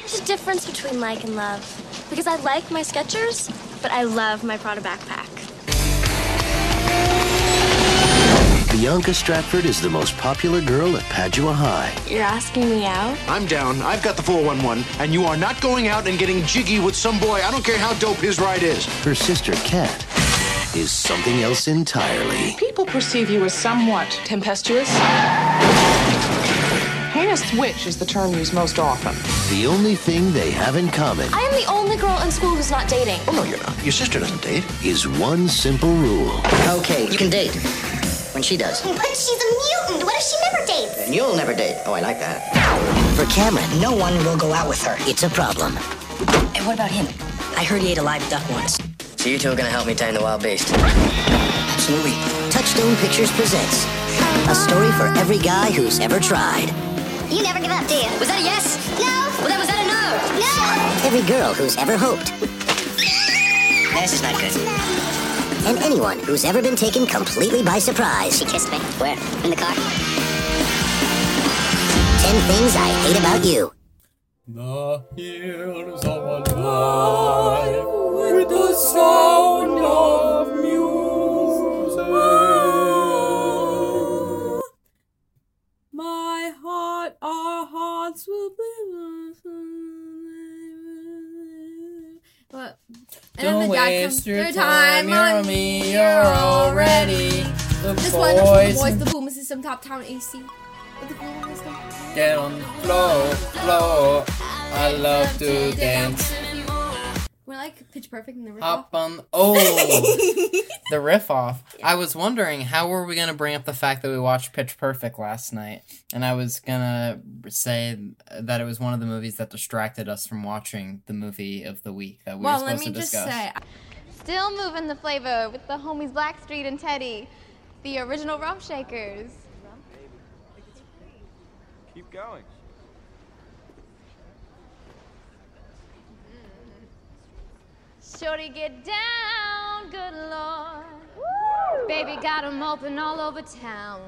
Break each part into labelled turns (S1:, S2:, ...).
S1: There's a difference between like and love. Because I like my Skechers, but I love my Prada backpack.
S2: Bianca Stratford is the most popular girl at Padua High.
S1: You're asking me out?
S3: I'm down. I've got the 411, and you are not going out and getting jiggy with some boy. I don't care how dope his ride is.
S2: Her sister, Kat, is something else entirely.
S4: People perceive you as somewhat tempestuous. Heinous witch is the term used most often.
S2: The only thing they have in common
S1: I am the only girl in school who's not dating.
S3: Oh, no, you're not. Your sister doesn't date.
S2: is one simple rule.
S5: Okay, you can date. When she does.
S6: But she's a mutant. What if she never dates?
S5: And you'll never date. Oh, I like that. For Cameron, no one will go out with her. It's a problem. And what about him? I heard he ate a live duck once. So you two are gonna help me tame the wild beast. Absolutely. Touchstone Pictures presents a story for every guy who's ever tried.
S6: You never give up, do you?
S5: Was that a yes?
S6: No.
S5: then was that a no?
S6: No.
S5: Every girl who's ever hoped. This is not good. And anyone who's ever been taken completely by surprise.
S6: She kissed me.
S5: Where?
S6: In the car.
S5: 10 Things I Hate About You.
S7: The heroes of a life with the sound of
S8: Oh,
S7: music. My heart, our hearts will be.
S8: What? And
S7: Don't
S8: then the guy comes
S7: waste your
S8: through
S7: time, on me, you're already the
S8: This one, the
S7: boys.
S8: boys, the boom is some top town AC. The boom is some-
S7: Get on the floor, floor. I love to dance.
S8: We're like pitch perfect and the riff off.
S9: Hop on. Oh, the riff off. I was wondering how were we gonna bring up the fact that we watched Pitch Perfect last night, and I was gonna say that it was one of the movies that distracted us from watching the movie of the week that
S10: Oh,
S9: we
S8: Well,
S9: were
S8: let
S9: supposed
S8: me
S9: to
S8: just
S9: discuss.
S8: say,
S10: Still moving the flavor with the homies Blackstreet and Teddy, the original Rump Shakers.
S11: Keep going.
S10: Shorty get down, good lord. Baby got 'em open all over town.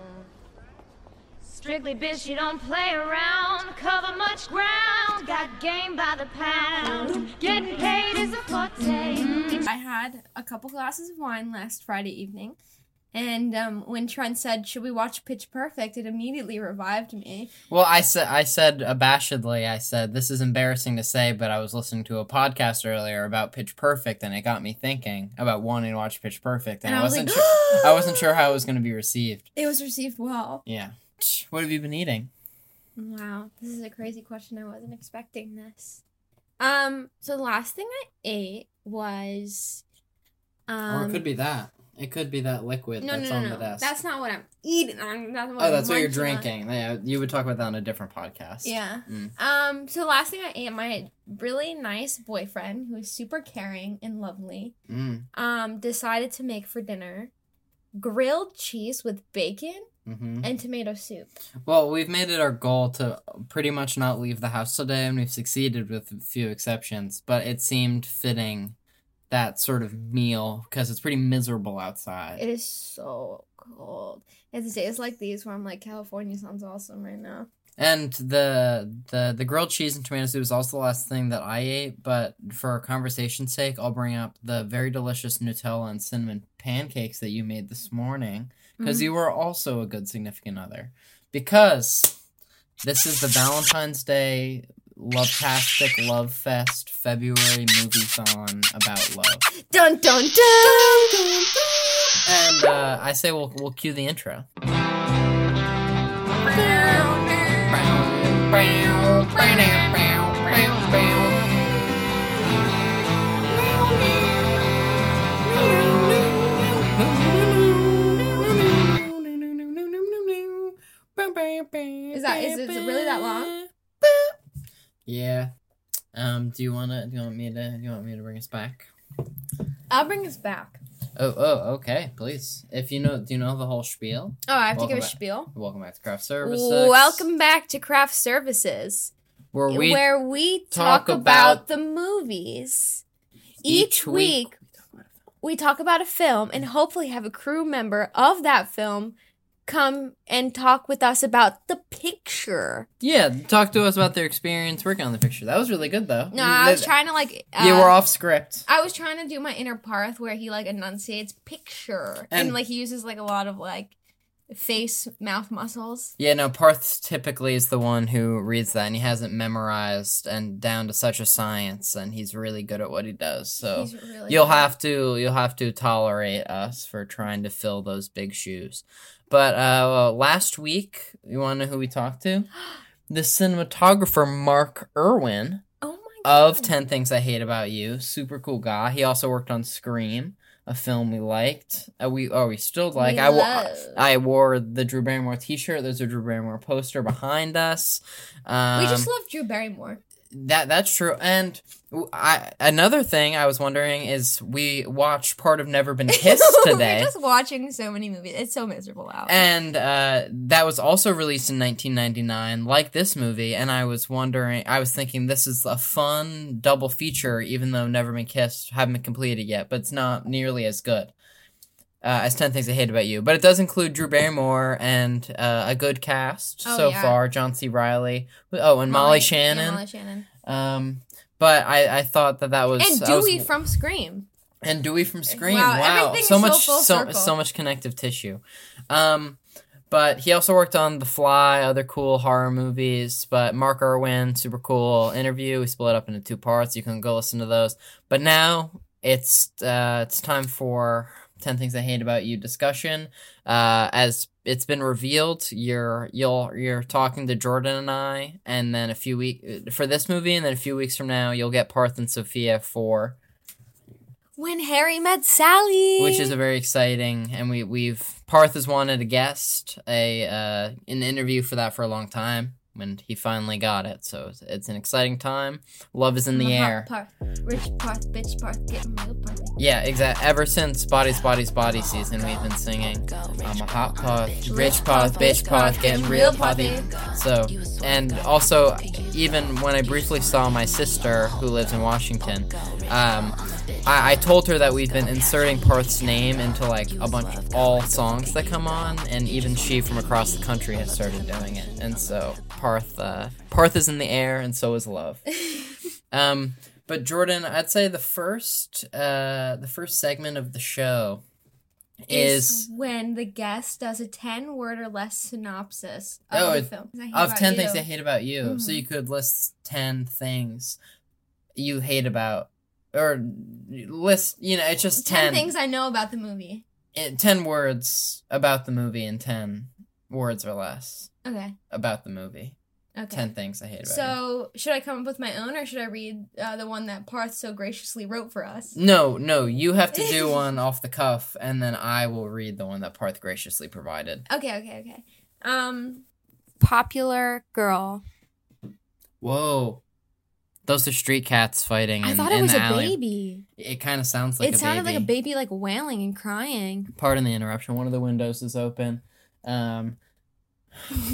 S10: Strictly bitch, you don't play around. Cover much ground, got game by the pound. Getting paid is a forte.
S8: I had a couple glasses of wine last Friday evening, and um, when Trent said, "Should we watch Pitch Perfect?" it immediately revived me.
S9: Well, I said I said abashedly. I said this is embarrassing to say, but I was listening to a podcast earlier about Pitch Perfect, and it got me thinking about wanting to watch Pitch Perfect, and,
S8: And
S9: I
S8: I was
S9: wasn't
S8: like,
S9: sure, I wasn't sure how it was going to be received.
S8: It was received well.
S9: Yeah. What have you been eating?
S8: Wow, this is a crazy question. I wasn't expecting this. Um, so the last thing I ate was um
S9: or it could be that. It could be that liquid
S8: no,
S9: that's
S8: no,
S9: on
S8: no,
S9: the
S8: no.
S9: desk.
S8: That's not what I'm eating. I'm, that's what
S9: oh,
S8: I'm
S9: that's what you're
S8: munching on.
S9: drinking. Yeah, you would talk about that on a different podcast.
S8: Yeah.
S9: Mm.
S8: Um. So the last thing I ate, my really nice boyfriend, who is super caring and lovely,
S9: Mm.
S8: um, decided to make for dinner grilled cheese with bacon
S9: hmm
S8: and tomato soup.
S9: Well, we've made it our goal to pretty much not leave the house today, and we've succeeded with a few exceptions. But it seemed fitting that sort of meal because it's pretty miserable outside.
S8: It is so cold. It's days like these where I'm like, California sounds awesome right now.
S9: And the the the grilled cheese and tomato soup is also the last thing that I ate. But for conversation's sake, I'll bring up the very delicious Nutella and cinnamon pancakes that you made this morning because you were also a good significant other. Because this is the Valentine's Day Love Tastic Love Fest February movie song about love.
S8: Dun dun dun. dun, dun.
S9: And uh, I say we'll we'll cue the intro.
S8: Is that is it, is it really that long?
S9: Yeah. Um. Do you wanna? Do you want me to? Do you want me to bring us back?
S8: I'll bring us back.
S9: Oh. Oh. Okay. Please. If you know, do you know the whole spiel?
S8: Oh, I have
S9: Welcome
S8: to give a
S9: back.
S8: spiel.
S9: Welcome back to Craft Services.
S8: Welcome back to Craft Services,
S9: Where we
S8: where we
S9: talk
S8: talk, about,
S9: about
S8: the movies. Each week, we talk about a film and hopefully have a crew member of that film come and talk with us about the picture.
S9: Yeah, talk to us about their experience working on the picture. That was really good, though.
S8: No, I was trying to like. Uh,
S9: yeah, we're off script.
S8: I was trying to do my inner Parth where he like enunciates picture and,
S9: And-
S8: like he uses like a lot of like face mouth muscles.
S9: Yeah, no, Parth typically is the one who reads that, and he has it memorized and down to such a science, and he's really good at what he does. So
S8: He's really
S9: you'll
S8: good.
S9: have to you'll have to tolerate us for trying to fill those big shoes. But uh, last week, you want to know who we talked to? The cinematographer Mark Irwin
S8: Oh
S9: of Ten Things I Hate About You. Super cool guy. He also worked on Scream, a film we liked. Uh, we oh we still like.
S8: We
S9: I wo-
S8: love.
S9: I wore the Drew Barrymore T-shirt. There's a Drew Barrymore poster behind us. Um,
S8: we just love Drew Barrymore.
S9: that. That's true. And w- I another thing I was wondering is we watched part of Never Been Kissed today.
S8: We're just watching so many movies. It's so miserable out.
S9: And uh, that was also released in 1999, like this movie. And I was wondering, I was thinking this is a fun double feature, even though Never Been Kissed haven't been completed yet, but it's not nearly as good uh, as 10 Things I Hate About You. But it does include Drew Barrymore and uh, a good cast
S8: Oh,
S9: so
S8: yeah.
S9: far John C. Riley. Oh, and Molly, Shannon.
S8: Yeah, Molly Shannon.
S9: Um, but I, I thought that that was
S8: And
S9: I was-
S8: Dewey from Scream.
S9: and Dewey from Scream.
S8: Wow,
S9: Wow,
S8: everything
S9: so
S8: is so
S9: much,
S8: full
S9: so,
S8: circle.
S9: so much connective tissue. Um, but he also worked on The Fly, other cool horror movies. But Mark Irwin, super cool interview. We split it up into two parts. You can go listen to those. But now it's uh, it's time for ten things I hate about you discussion. Uh, as it's been revealed, you're you'll you're talking to Jordan and I, and then a few week for this movie, and then a few weeks from now you'll get Parth and Sophia for
S8: When Harry met Sally.
S9: which is a very exciting and we we've Parth has wanted a guest a uh, an interview for that for a long time and he finally got it so it's, it's an exciting time love is in the
S8: Hot
S9: air
S8: Parth. Rich Parth, bitch Parth, getting real Parth.
S9: yeah exact ever since bodies bodies body season we've been singing I'm a hot Parth rich Parth bitch Parth getting real Parthy so and also even when I briefly saw my sister who lives in Washington um I, I told her that we've been inserting Parth's name into like a bunch of all songs that come on, and even she from across the country has started doing it. And so Parth, uh, Parth is in the air, and so is love. um, but Jordan, I'd say the first, uh, the first segment of the show is.
S8: when the guest does a 10 word or less synopsis of
S9: Oh,
S8: the
S9: it-
S8: film. 'Cause I hate
S9: of
S8: about
S9: 10
S8: you. Mm-hmm.
S9: things I hate about you. So you could list 10 things you hate about, or list, you know, it's just 10.
S8: things I know about the movie.
S9: it, 10 words about the movie and 10 words or less
S8: Okay.
S9: about the movie.
S8: Okay.
S9: 10 things I hate about you.
S8: So, should I come up with my own or should I read uh, the one that Parth so graciously wrote for us?
S9: No, no, you have to do one off the cuff and then I will read the one that Parth graciously provided.
S8: Okay, okay, okay. Um popular girl.
S9: Whoa. Those are street cats fighting in,
S8: I thought
S9: in
S8: it was
S9: the
S8: a
S9: alley.
S8: baby.
S9: It kind of sounds like
S8: it
S9: a
S8: sounded
S9: baby.
S8: like a baby like wailing and crying.
S9: Pardon the interruption. One of the windows is open. Um,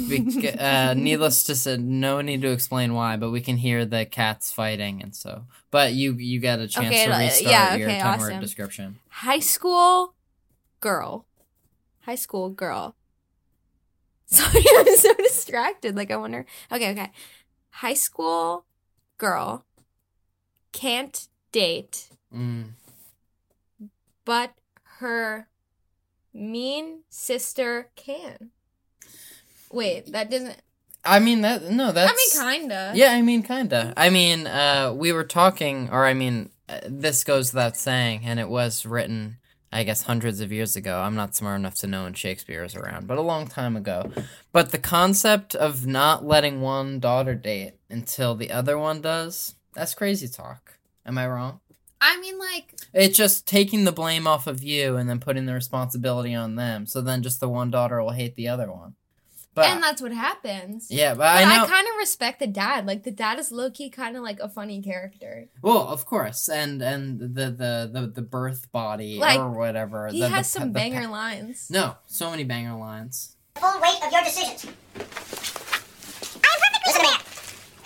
S9: bec- uh, needless to say, no need to explain why, but we can hear the cats fighting, and so. But you you got a chance
S8: Okay,
S9: to
S8: uh,
S9: restart
S8: yeah,
S9: your
S8: okay,
S9: ten word
S8: awesome.
S9: description.
S8: High school girl. High school girl. Sorry, I'm so distracted. Like I wonder. Okay, okay. High school girl can't date,
S9: Mm.
S8: but her mean sister can. Wait, that doesn't.
S9: I mean that no that's
S8: I mean, kinda.
S9: Yeah, I mean, kinda. I mean, uh, we were talking, or I mean, uh, this goes without saying, and it was written, I guess, hundreds of years ago. I'm not smart enough to know when Shakespeare was around, but a long time ago. But the concept of not letting one daughter date until the other one does, that's crazy talk. Am I wrong?
S8: I mean, like,
S9: It's just taking the blame off of you and then putting the responsibility on them. So then just the one daughter will hate the other one. But
S8: and that's what happens.
S9: yeah, but,
S8: But
S9: I know.
S8: I kind of respect the dad. Like the dad is low key kind of like a funny character.
S9: Well, of course, and and the the the, the birth body
S8: Like,
S9: or whatever.
S8: He
S9: the, the
S8: has
S9: pe-
S8: some
S9: the
S8: banger
S9: pe-
S8: lines.
S9: No, so many banger lines.
S6: The full weight of your decisions. I'm perfectly Listen to me.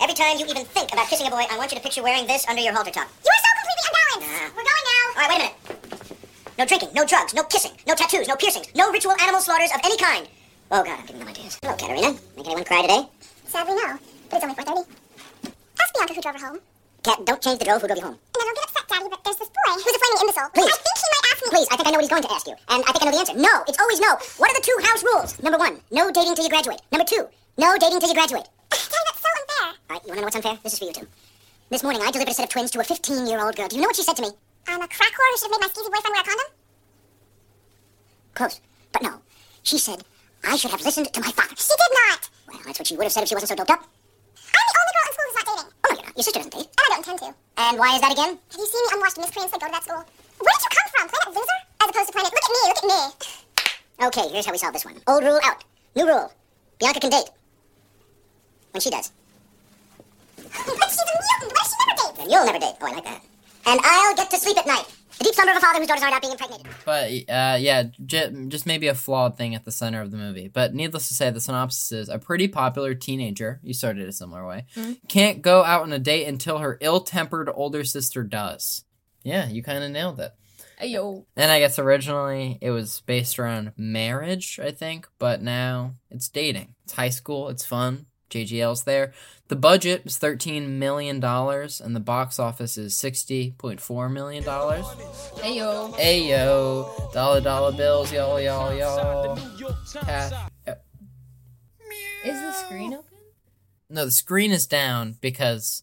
S6: Every time you even think about kissing a boy, I want you to picture wearing this under your halter top. You are so completely unbalanced. We're going now. All right, wait a minute. No drinking, no drugs, no kissing, no tattoos, no piercings, no ritual animal slaughters of any kind. Oh God, I'm giving them ideas. Hello, Katerina. Make anyone cry today?
S11: Sadly, no. But it's only 4.30. Ask Bianca who drove her home.
S6: Cat, don't change the drove. Who drove you home?
S11: And I don't get upset, Daddy, but there's this boy who's a flaming imbecile.
S6: Please.
S11: I think he might ask me.
S6: Please, I think I know what he's going to ask you, and I think I know the answer. No, it's always no. What are the two house rules? Number one, no dating till you graduate. Number two, no dating till you graduate. Daddy, that's so unfair. All right, you wanna know what's unfair? This is for you two. This morning, I delivered a set of twins to a 15-year-old girl. Do you know what she said to me?
S11: I'm a crack whore who should have made my skeezy boyfriend wear a condom.
S6: Close, but no. She said I should have listened to my father. She did not. Well, that's what she would have said if she wasn't so doped up.
S11: I'm the only girl in school who's not dating.
S6: Oh no, you're not. Your sister doesn't date.
S11: And I don't intend to.
S6: And why is that again?
S11: Have you seen the unwashed miscreants that go to that school? Where did you come from? Planet Loser? As opposed to Planet Look at me, look at me.
S6: Okay, here's how we solve this one. Old rule out. New rule. Bianca can date. When she does.
S11: but she's a mutant. What if she never dates?
S6: Then you'll never date. Oh, I like that. And I'll get to sleep at night. The deep slumber of a father whose daughters are not being impregnated.
S9: But uh, yeah, j- just maybe a flawed thing at the center of the movie. But needless to say, the synopsis is a pretty popular teenager. You started a similar way.
S8: Hmm.
S9: Can't go out on a date until her ill-tempered older sister does. Yeah, you kind of nailed it.
S8: Yo.
S9: And I guess originally it was based around marriage, I think, but now it's dating. It's high school, it's fun. JGL's there. The budget is $13 million, and the box office is $60.4 million.
S8: Ayo.
S9: Ayo, dollar dollar bills, y'all, y'all, y'all. Cat- uh,
S8: Is the screen open?
S9: No, the screen is down because.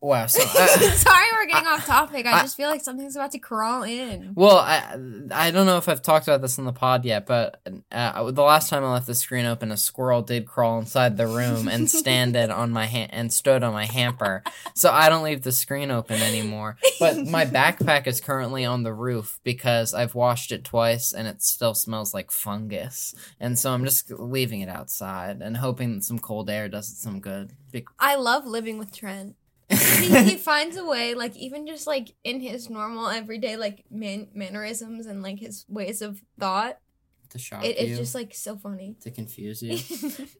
S9: Wow, so. uh, I-
S8: Sorry, we're getting off topic. I just feel like something's about to crawl in.
S9: Well, I I don't know if I've talked about this on the pod yet, but uh, the last time I left the screen open, a squirrel did crawl inside the room and standed on my ha- and stood on my hamper. So I don't leave the screen open anymore. But my backpack is currently on the roof because I've washed it twice and it still smells like fungus. And so I'm just leaving it outside and hoping that some cold air does it some good. Be-
S8: I love living with Trent. I think he finds a way, like even just like in his normal everyday like man- mannerisms and like his ways of thought.
S9: to shock
S8: It,
S9: you.
S8: it's just like so funny.
S9: to confuse you.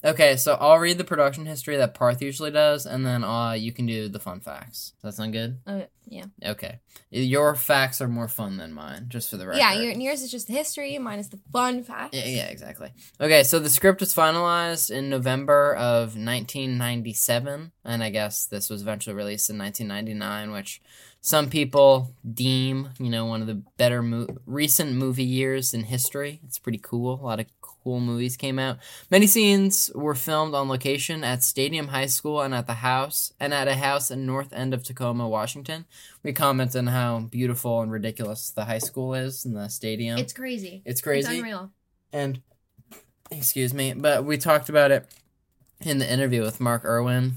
S9: okay, so I'll read the production history that Parth usually does, and then uh, you can do the fun facts. Does that sound good?
S8: Uh, yeah.
S9: Okay. Your facts are more fun than mine, just for the record.
S8: Yeah, your, yours is just the history, mine is the fun fact.
S9: Yeah, yeah, exactly. Okay, so the script was finalized in November of 1997, and I guess this was eventually released in 1999, which some people deem, you know, one of the better mo- recent movie years in history. It's pretty cool. A lot of cool movies came out. Many scenes were filmed on location at Stadium High School and at the house and at a house in North End of Tacoma, Washington. We comment on how beautiful and ridiculous the high school is and the stadium.
S8: It's crazy.
S9: It's crazy.
S8: It's unreal.
S9: And excuse me, but we talked about it in the interview with Mark Irwin.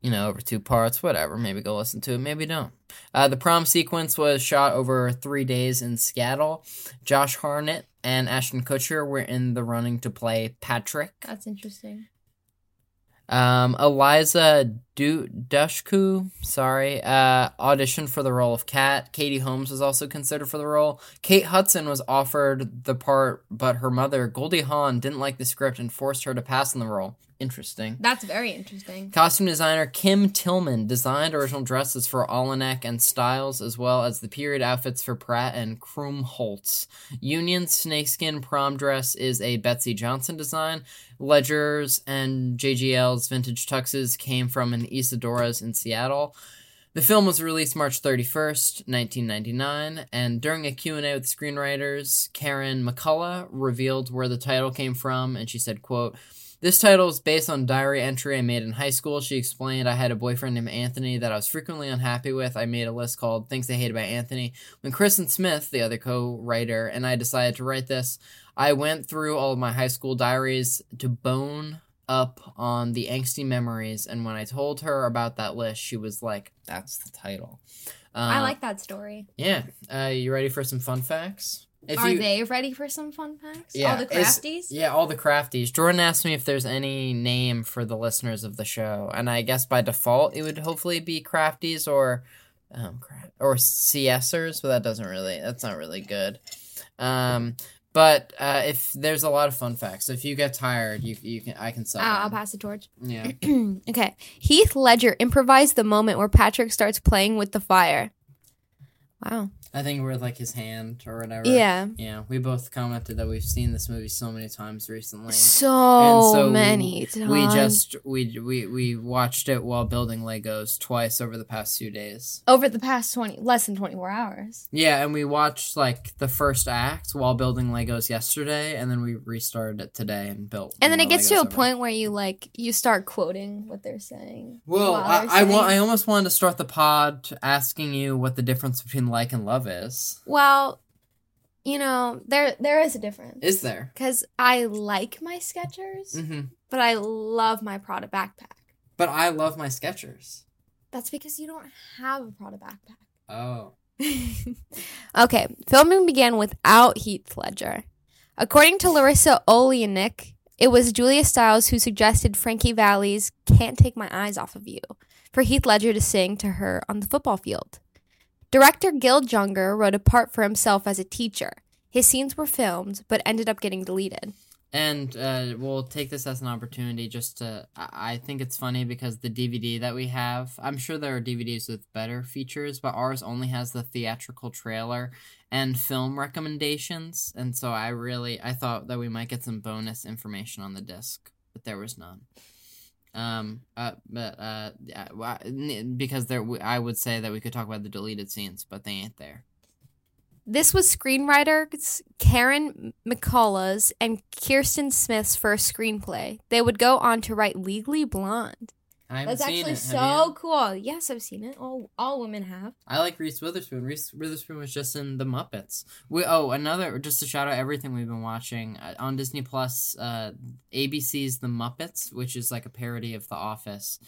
S9: You know, over two parts, whatever. Maybe go listen to it. Maybe don't. Uh, the prom sequence was shot over three days in Seattle. Josh Harnett and Ashton Kutcher were in the running to play Patrick.
S8: That's interesting.
S9: Um, Eliza du- Dushku, sorry, uh, auditioned for the role of Kat. Katie Holmes was also considered for the role. Kate Hudson was offered the part, but her mother, Goldie Hawn, didn't like the script and forced her to pass on the role. Interesting.
S8: That's very interesting.
S9: Costume designer Kim Tillman designed original dresses for Olenek and Styles, as well as the period outfits for Pratt and Krumholtz. Union snakeskin prom dress is a Betsy Johnson design. Ledger's and JGL's vintage tuxes came from an Isadora's in Seattle. The film was released March 31st, 1999, and during a Q&A with screenwriters, Karen McCullough revealed where the title came from, and she said, quote, this title is based on diary entry I made in high school. She explained I had a boyfriend named Anthony that I was frequently unhappy with. I made a list called Things I Hate About Anthony. When Kristen Smith, the other co-writer, and I decided to write this, I went through all of my high school diaries to bone up on the angsty memories. And when I told her about that list, she was like, "That's the title."
S8: I
S9: Uh,
S8: like that story.
S9: Yeah, uh, you ready for some fun facts?
S8: Are they ready for some fun facts? All the
S9: it's-
S8: crafties?
S9: Yeah, all the crafties. Jordan asked me if there's any name for the listeners of the show, and I guess by default it would hopefully be crafties or um cra- or CSers, but that doesn't really that's not really good. Um but uh, if there's a lot of fun facts, so if you get tired, you you can I can
S8: Oh,
S9: sell.
S8: I'll
S9: them.
S8: pass the torch.
S9: Yeah.
S8: okay. Heath Ledger improvised the moment where Patrick starts playing with the fire. Wow.
S9: I think with like his hand or whatever.
S8: Yeah.
S9: Yeah. We both commented that we've seen this movie so many times recently.
S8: So Oh, many
S9: we, We
S8: times.
S9: just we we we watched it while building Legos twice over the past few days.
S8: Over the past 20, less than 24 hours.
S9: Yeah, and we watched like the first act while building Legos yesterday, and then we restarted it today and built.
S8: And then
S9: more
S8: it gets
S9: Legos
S8: to a
S9: over-
S8: point where you like you start quoting what they're saying.
S9: Well,
S8: while
S9: I,
S8: they're
S9: I, wa-
S8: saying-
S9: I almost wanted to start the pod asking you what the difference between like and love is.
S8: Well, you know, there there is a difference.
S9: Is there?
S8: Cuz I like my Skechers,
S9: Mm-hmm.
S8: but I love my Prada backpack.
S9: But I love my Skechers.
S8: That's because you don't have a Prada backpack.
S9: Oh.
S8: Okay, filming began without Heath Ledger. According to Larissa Oleanick, it was Julia Stiles who suggested Frankie Valli's Can't Take My Eyes Off of You for Heath Ledger to sing to her on the football field. Director Gil Junger wrote a part for himself as a teacher. His scenes were filmed, but ended up getting deleted.
S9: And uh, we'll take this as an opportunity just to. I I think it's funny because the DVD that we have, I'm sure there are DVDs with better features, but ours only has the theatrical trailer and film recommendations. And so I really, I thought that we might get some bonus information on the disc, but there was none. Um, uh, but uh, yeah, wh- n- because there, w- I would say that we could talk about the deleted scenes, but they ain't there.
S8: This was screenwriters Karen McCullough's and Kirsten Smith's first screenplay. They would go on to write Legally Blonde.
S9: I haven't
S8: That's
S9: seen
S8: actually
S9: it. Have you?
S8: so cool. Yes, I've seen it. All all women have.
S9: I like Reese Witherspoon. Reese Witherspoon was just in The Muppets. We oh another just to shout out everything we've been watching uh, on Disney Plus. Uh, ABC's The Muppets, which is like a parody of The Office.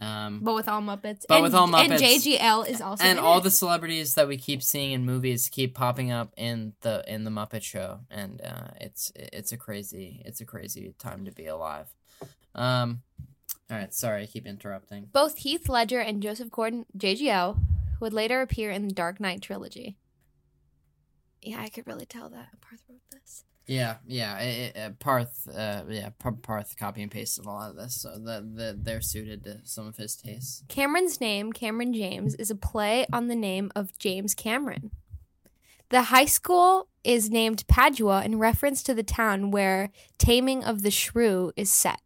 S9: Um,
S8: But with all Muppets.
S9: But
S8: and,
S9: with all
S8: And
S9: Muppets.
S8: JGL is also
S9: and
S8: in
S9: all
S8: it.
S9: the celebrities that we keep seeing in movies keep popping up in the in the Muppet Show, and uh, it's it's a crazy it's a crazy time to be alive. Um, all right, sorry, I keep interrupting.
S8: Both Heath Ledger and Joseph Gordon JGL would later appear in the Dark Knight trilogy. Yeah, I could really tell that Parth wrote this.
S9: Yeah, yeah. It, it- uh, Parth, uh, yeah, Par- Parth copy and pasted a lot of this, so that the, they're suited to some of his tastes.
S8: Cameron's name, Cameron James, is a play on the name of James Cameron. The high school is named Padua in reference to the town where Taming of the Shrew is set.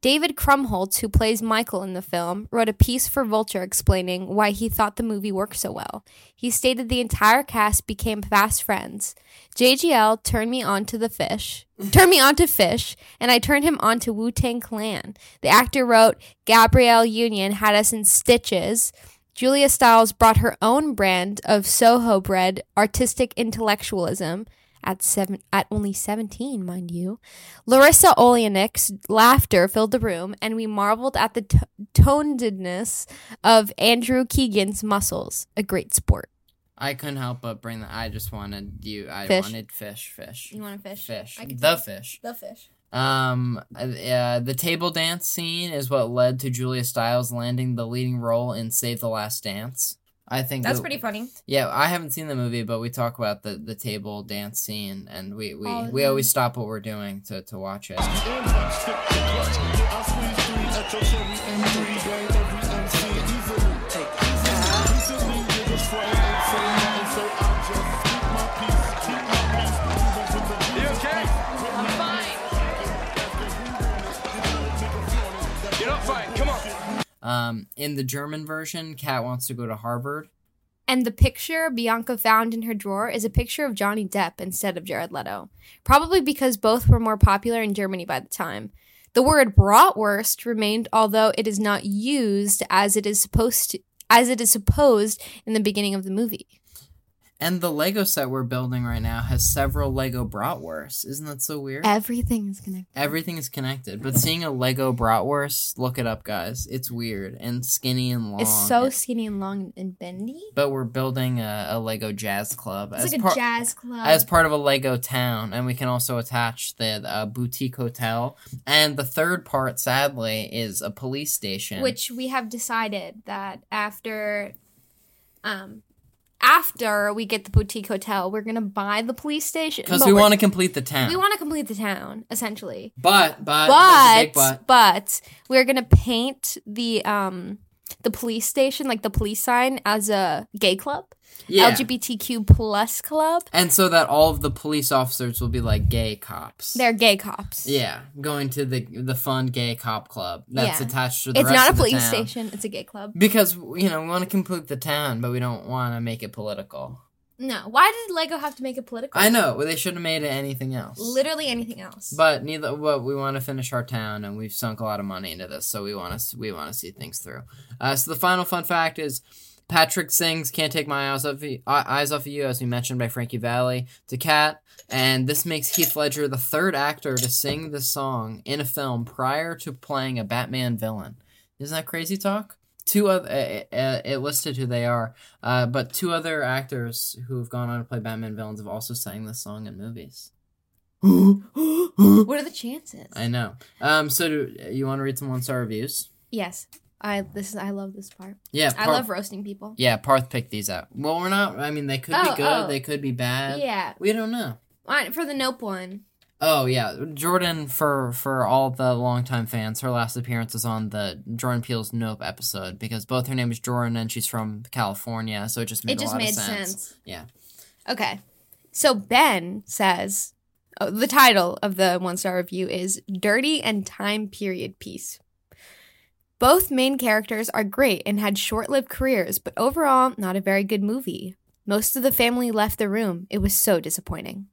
S8: David Krumholtz, who plays Michael in the film, wrote a piece for Vulture explaining why he thought the movie worked so well. He stated the entire cast became fast friends. JGL turned me on to the fish, turned me on to fish, and I turned him on to Wu Tang Clan. The actor wrote, Gabrielle Union had us in stitches. Julia Stiles brought her own brand of Soho bread, artistic intellectualism at seven at only 17 mind you larissa oleanick's laughter filled the room and we marveled at the t- tonedness of andrew keegan's muscles a great sport
S9: I couldn't help but bring that. I just wanted you. I
S8: Fish.
S9: wanted fish, fish.
S8: You want a fish?
S9: Fish.
S8: I
S9: The
S8: could tell.
S9: fish.
S8: The fish.
S9: Um, uh, uh, the table dance scene is what led to Julia Stiles landing the leading role in Save the Last Dance. I think
S8: That's
S9: that-
S8: pretty funny.
S9: Yeah, I haven't seen the movie, but we talk about the, the table dance scene, and we we,
S8: All the
S9: we
S8: time.
S9: always stop what we're doing to, to watch it.
S12: You're not fine. Come on.
S9: Um, in the German version, Kat wants to go to Harvard.
S8: And the picture Bianca found in her drawer is a picture of Johnny Depp instead of Jared Leto, probably because both were more popular in Germany by the time. The word bratwurst remained, although it is not used as it is supposed to, as it is supposed in the beginning of the movie.
S9: And the Lego set we're building right now has several Lego bratwursts. Isn't that so weird?
S8: Everything is connected.
S9: Everything is connected. But seeing a Lego bratwurst, look it up, guys. It's weird and skinny and long.
S8: It's so skinny and long and bendy.
S9: But we're building a, a Lego jazz club.
S8: It's like a
S9: par-
S8: jazz club.
S9: As part of a Lego town, and we can also attach the uh, boutique hotel. And the third part, sadly, is a police station.
S8: Which we have decided that after, um, after we get the boutique hotel, we're gonna buy the police station
S9: because
S8: but
S9: we
S8: we're-
S9: want to complete the town.
S8: We want to complete the town, essentially.
S9: but but there's a
S8: But
S9: big but
S8: but we're gonna paint the um the police station, like the police sign, as a gay club,
S9: Yeah.
S8: LGBTQ plus club.
S9: And so that all of the police officers will be like gay cops.
S8: They're gay cops.
S9: Yeah, going to the the fun gay cop club that's
S8: Yeah.
S9: attached to the
S8: It's
S9: rest
S8: not
S9: of
S8: a
S9: the
S8: police
S9: town.
S8: station. It's a gay club.
S9: Because you know we want to complete the town, but we don't want to make it political.
S8: No, why did Lego have to make it political?
S9: I know well, they should have made it anything else.
S8: Literally anything else.
S9: But neither. But we want to finish our town, and we've sunk a lot of money into this, so we want to we want to see things through. Uh, so the final fun fact is. Patrick sings "Can't Take My Eyes Off You," uh, Eyes Off of You, as we mentioned by Frankie Valley to Cat, and this makes Heath Ledger the third actor to sing this song in a film prior to playing a Batman villain. Isn't that crazy talk? Two other uh, uh, it listed who they are, uh, but two other actors who have gone on to play Batman villains have also sang this song in movies.
S8: what are the chances?
S9: I know. Um, so do, you want to read some one star reviews?
S8: Yes, I this is I love this part.
S9: Yeah,
S8: I
S9: par-
S8: love roasting people.
S9: Yeah, Parth picked these out. Well, we're not. I mean, they could
S8: Oh,
S9: be good.
S8: oh.
S9: They could be bad.
S8: Yeah.
S9: we don't know.
S8: Alright, For the Nope one,
S9: Oh yeah, Jordan for for all the longtime fans, her last appearance was on the Jordan Peele's Nope episode because both her name is Jordan and she's from California, so it just made
S8: it
S9: a
S8: just
S9: lot
S8: made
S9: of sense.
S8: sense.
S9: Yeah.
S8: Okay, so Ben says oh, the title of the one star review is "Dirty and Time Period Piece." Both main characters are great and had short lived careers, but overall, not a very good movie. Most of the family left the room. It was so disappointing.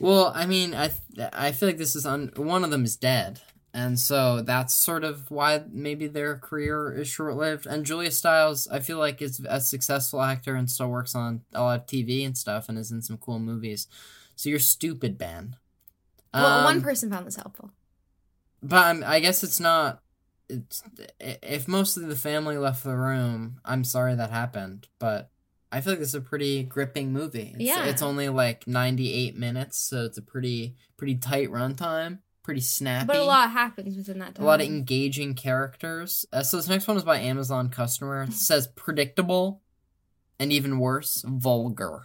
S9: Well, I mean, I th- I feel like this is on one of them is dead, and so that's sort of why maybe their career is short lived. And Julia Stiles, I feel like is a successful actor and still works on a lot of TV and stuff, and is in some cool movies. So you're stupid, Ben.
S8: well, one
S9: Um,
S8: person found this helpful.
S9: but I'm, I guess it's not. It's i- if most of the family left the room. I'm sorry that happened, but I feel like this is a pretty gripping movie. It's,
S8: Yeah.
S9: it's only like 98 minutes, so it's a pretty pretty tight runtime, pretty snappy.
S8: But a lot happens within that time.
S9: A lot of engaging characters. Uh, so this next one is by Amazon customer. It says predictable, and even worse, vulgar.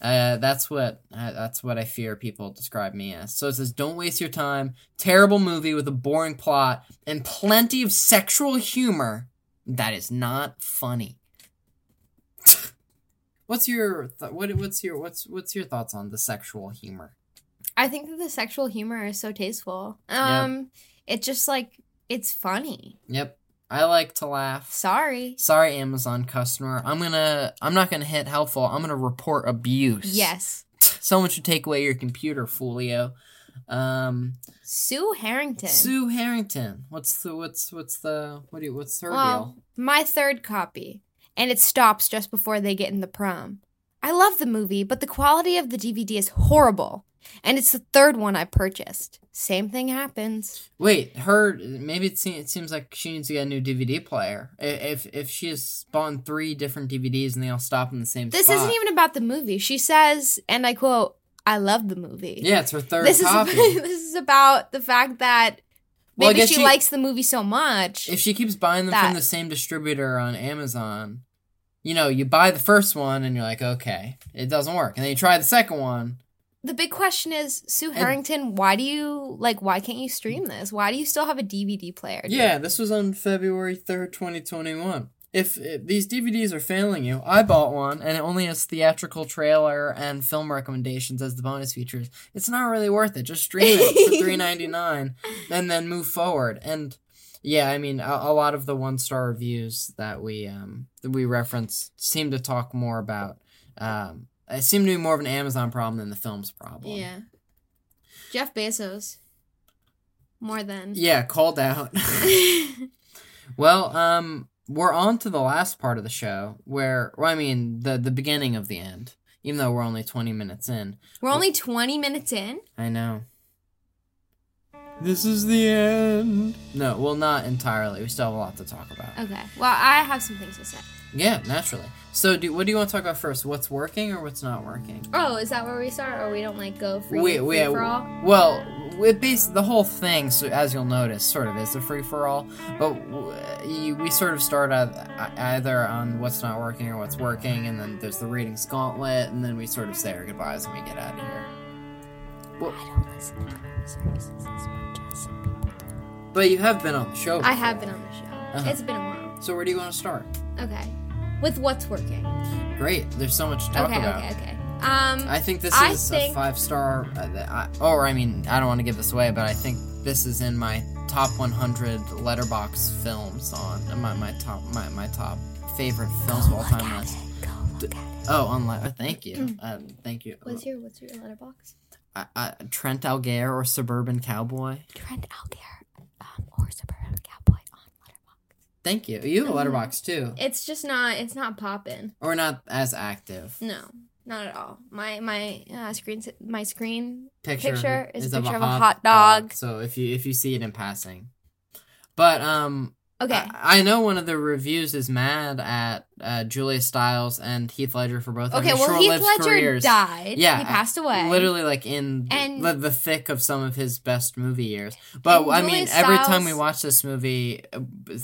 S9: Uh, that's what uh, that's what I fear people describe me as. So it says, "Don't waste your time. Terrible movie with a boring plot and plenty of sexual humor that is not funny." what's your th- what what's your what's what's your thoughts on the sexual humor?
S8: I think that the sexual humor is so tasteful.
S9: Yeah.
S8: Um, it's just like it's funny.
S9: Yep. I like to laugh.
S8: Sorry.
S9: Sorry, Amazon customer. I'm gonna I'm not gonna hit helpful. I'm gonna report abuse.
S8: Yes.
S9: Someone should take away your computer, Folio. Um
S8: Sue Harrington.
S9: Sue Harrington. What's the what's what's the what do you what's her
S8: Well,
S9: deal?
S8: my third copy, and it stops just before they get in the prom. I love the movie, but the quality of the DVD is horrible, and it's the third one I purchased. Same thing happens.
S9: Wait, her maybe it, se- it seems like she needs to get a new DVD player. I- If if she has spawned three different DVDs and they all stop in the same
S8: This
S9: spot.
S8: isn't even about the movie. She says, and I quote, "I love the movie."
S9: Yeah, it's her third
S8: this
S9: copy.
S8: is this is about the fact that
S9: Well, I
S8: maybe
S9: guess
S8: she,
S9: she-
S8: likes the movie so much.
S9: if she keeps buying them from
S8: that-
S9: the same distributor on Amazon, you know, you buy the first one and you're like, okay, it doesn't work, and then you try the second one.
S8: the big question is, Sue Harrington, why do you like? Why can't you stream this? Why do you still have a DVD player? dude?
S9: Yeah, this was on February third, twenty twenty one. If, if these DVDs are failing you, I bought one, and it only has theatrical trailer and film recommendations as the bonus features. It's not really worth it. Just stream it for three ninety nine, and then move forward. And yeah, I mean, a, a lot of the one star reviews that we um that we reference seem to talk more about. Um, it seemed to be more of an Amazon problem than the film's problem.
S8: yeah. Jeff Bezos, more than
S9: Yeah, called out. well, um, we're on to the last part of the show, where well, I mean the the beginning of the end. Even though we're only twenty minutes in,
S8: We're only twenty minutes in.
S9: I know. This is the end. No, well, not entirely. We still have a lot to talk about.
S8: Okay. Well, I have some things to say.
S9: Yeah, naturally. So, do, what do you want to talk about first? What's working or what's not working?
S8: Oh, is that where we start, or we don't like go free,
S9: we, we,
S8: free for all?
S9: Well, it bas the whole thing, so as you'll notice, sort of is a free for all. But w- you, we sort of start out either on what's not working or what's working, and then there's the ratings gauntlet, and then we sort of say our goodbyes and we get out of here. I
S8: don't listen to community services as much as some people
S9: But you have been on the show.
S8: I have been on the show.
S9: Uh-huh.
S8: It's been a while.
S9: So where do you want to start?
S8: Okay. With what's working.
S9: Great. There's so much to talk
S8: okay,
S9: about.
S8: okay, okay. Um
S9: Oh, I think this
S8: I
S9: is
S8: think-
S9: a five star. Uh, th- I, or I mean, I don't want to give this away, but I think this is in my top 100 Letterbox films on my, my top my, my top favorite films of all time list. D- Oh, on Le- thank you, um, thank you.
S8: What's Mm. your what's your letterbox?
S9: I, I, Trent Alger or Suburban Cowboy?
S8: Trent Alger.
S9: Thank you. You have a
S8: Mm-hmm.
S9: Letterbox too,
S8: It's just not it's not popping.
S9: or not as active.
S8: No, not at all. My my uh, screen my screen
S9: Picture,
S8: is, a picture of a hot dog.
S9: So if you if you see it in passing, but um,
S8: Okay.
S9: I, I know one of the reviews is mad at uh, Julia Stiles and Heath Ledger for both. of
S8: Okay,
S9: their
S8: well, Heath
S9: short-lived
S8: Ledger
S9: careers.
S8: died.
S9: Yeah,
S8: He passed away.
S9: Literally, like in
S8: And-
S9: the, the thick of some of his best movie years. But
S8: And
S9: I
S8: Julia
S9: mean, every
S8: Stiles-
S9: time we watch this movie, uh,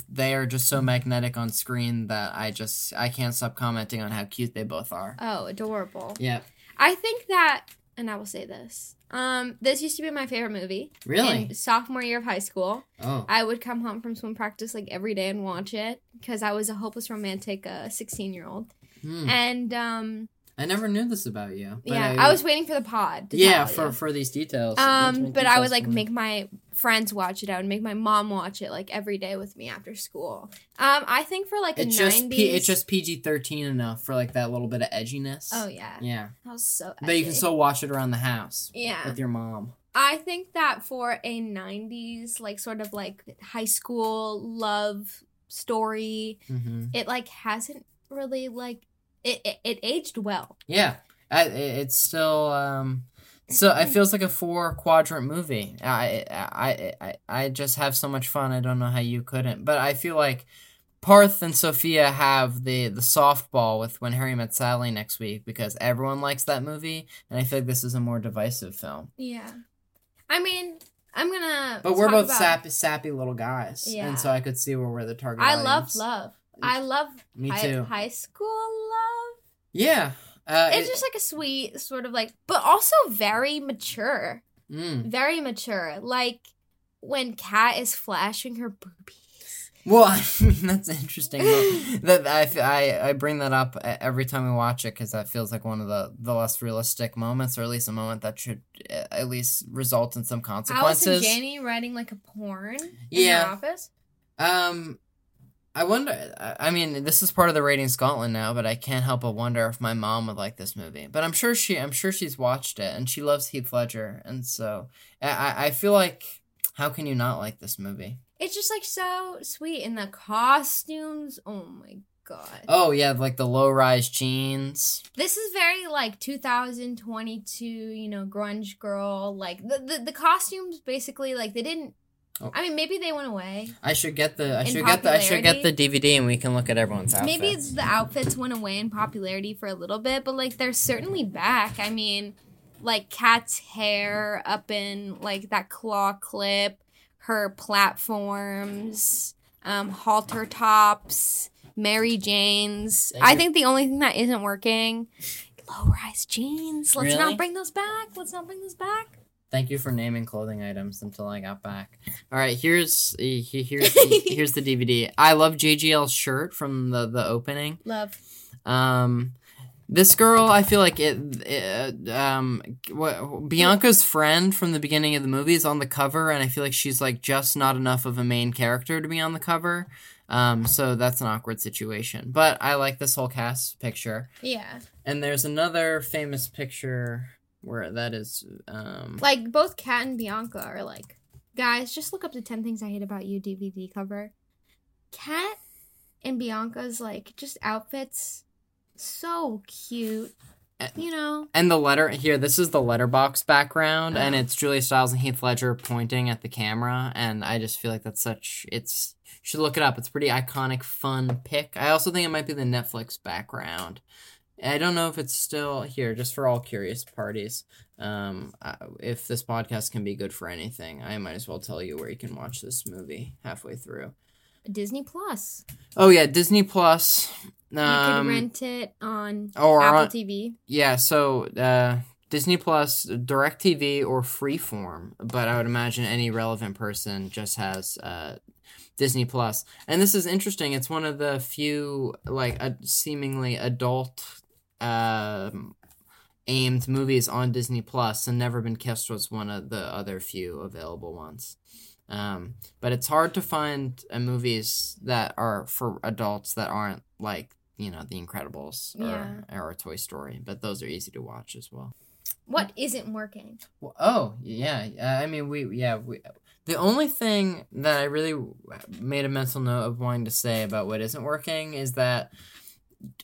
S9: they are just so magnetic on screen that I just I can't stop commenting on how cute they both are.
S8: oh, adorable.
S9: Yeah.
S8: I think that, and I will say this. Um, this used to be my favorite movie.
S9: Really?
S8: In sophomore year of high school.
S9: Oh.
S8: I would come home from swim practice like every day and watch it because I was a hopeless romantic uh, 16 year old.
S9: Hmm.
S8: And um,
S9: I never knew this about you. but
S8: yeah, I, was waiting for the pod. To
S9: yeah
S8: tell
S9: for
S8: you.
S9: for these details.
S8: Um,
S9: Intimate
S8: but I would
S9: details
S8: like
S9: from
S8: make my friends watch it. I would make my mom watch it like every day with me after school. Um, I think for like
S9: it
S8: a
S9: just
S8: 90s.
S9: P- it's just PG thirteen enough for like that little bit of edginess.
S8: Oh yeah.
S9: Yeah.
S8: That was so.
S9: But you can
S8: edgy.
S9: still watch it around the house.
S8: Yeah.
S9: With your mom.
S8: I think that for a 90s, like, sort of like high school love story,
S9: Mhm.
S8: it, like, hasn't really, like, it, it, it aged well.
S9: Yeah. I, i- it's still um so it feels like a four quadrant movie. I, I I I I just have so much fun. I don't know how you couldn't. But I feel like Parth and Sophia have the the softball with When Harry Met Sally next week because everyone likes that movie and I feel like this is a more divisive film.
S8: Yeah. I mean, I'm gonna.
S9: But we're
S8: talk
S9: both
S8: about-
S9: sappy sappy little guys.
S8: Yeah.
S9: And so I could see where we're the target.
S8: I love
S9: audience.
S8: love. I love
S9: Me
S8: high,
S9: too.
S8: high school love.
S9: Yeah. Uh,
S8: it's
S9: it-
S8: just like a sweet, sort of like, but also very mature.
S9: Mm.
S8: Very mature. Like, when Kat is flashing her
S9: Well, I mean, that's interesting. but that I, f- I- I bring that up e- every time we watch it because that feels like one of the, the less realistic moments, or at least a moment that should uh, at least result in some
S8: Alice and
S9: consequences.
S8: Janie writing like a porn in
S9: Yeah.
S8: her office.
S9: um, I wonder. I- I mean, this is part of the rating Scotland now, but I can't help but wonder if my mom would like this movie. But I'm sure she, I'm sure she's watched it and she loves Heath Ledger, and so I- I, I feel like how can you not like this movie?
S8: It's just like so sweet, and the costumes. Oh my god,
S9: Oh yeah, like the low rise jeans.
S8: this is very like 2022. You know, grunge girl. Like the the, the costumes, basically, like they didn't.
S9: Oh.
S8: I mean, maybe they went away.
S9: I should get the I
S8: In
S9: should get the I should get the
S8: popularity?
S9: DVD and we can look at everyone's outfit.
S8: Maybe it's the outfits went away in popularity for a little bit, but like they're certainly back. I mean, like Kat's hair up in like that claw clip, her platforms, um, halter tops, Mary Jane's.
S9: Thank
S8: I
S9: you.
S8: think the only thing that isn't working, low rise jeans. Let's
S9: Really?
S8: not bring those back. Let's not bring those back.
S9: Thank you for naming clothing items until I got back. All right, here's he- he- here's here's the DVD. I love JGL's shirt from the the opening.
S8: Love.
S9: Um this girl, I feel like it, it um what, Bianca's friend from the beginning of the movie is on the cover and I feel like she's like just not enough of a main character to be on the cover. Um so that's an awkward situation. But I like this whole cast picture.
S8: Yeah.
S9: And there's another famous picture where that is um
S8: Like both Kat and Bianca are like, guys, just look up the 10 things I hate about you DVD cover. Kat and Bianca's like just outfits so cute. You know,
S9: and the letter here this is the letterbox background and it's Julia Stiles and Heath Ledger pointing at the camera and I just feel like that's such it's you should look it up. It's a pretty iconic fun pick. I also think it might be the Netflix background. I don't know if it's still here just for all curious parties. Um I- if this podcast can be good for anything, I might as well tell you where you can watch this movie halfway through.
S8: Disney Plus.
S9: Oh yeah, Disney Plus.
S8: you
S9: Um,
S8: could rent it on
S9: or
S8: Apple
S9: on-
S8: TV.
S9: Yeah, so uh, Disney Plus, DirecTV, or Freeform. But I would imagine any relevant person just has uh, Disney Plus. And this is interesting. It's one of the few like uh, seemingly adult um, aimed movies on Disney Plus, and Never Been Kissed was one of the other few available ones. Um, but it's hard to find uh, movies that are for adults that aren't like you know The Incredibles or, or Toy Story, but those are easy to watch as well.
S8: What isn't working?
S9: Well, oh yeah, uh, I mean we yeah we. The only thing that I really w- made a mental note of wanting to say about what isn't working is that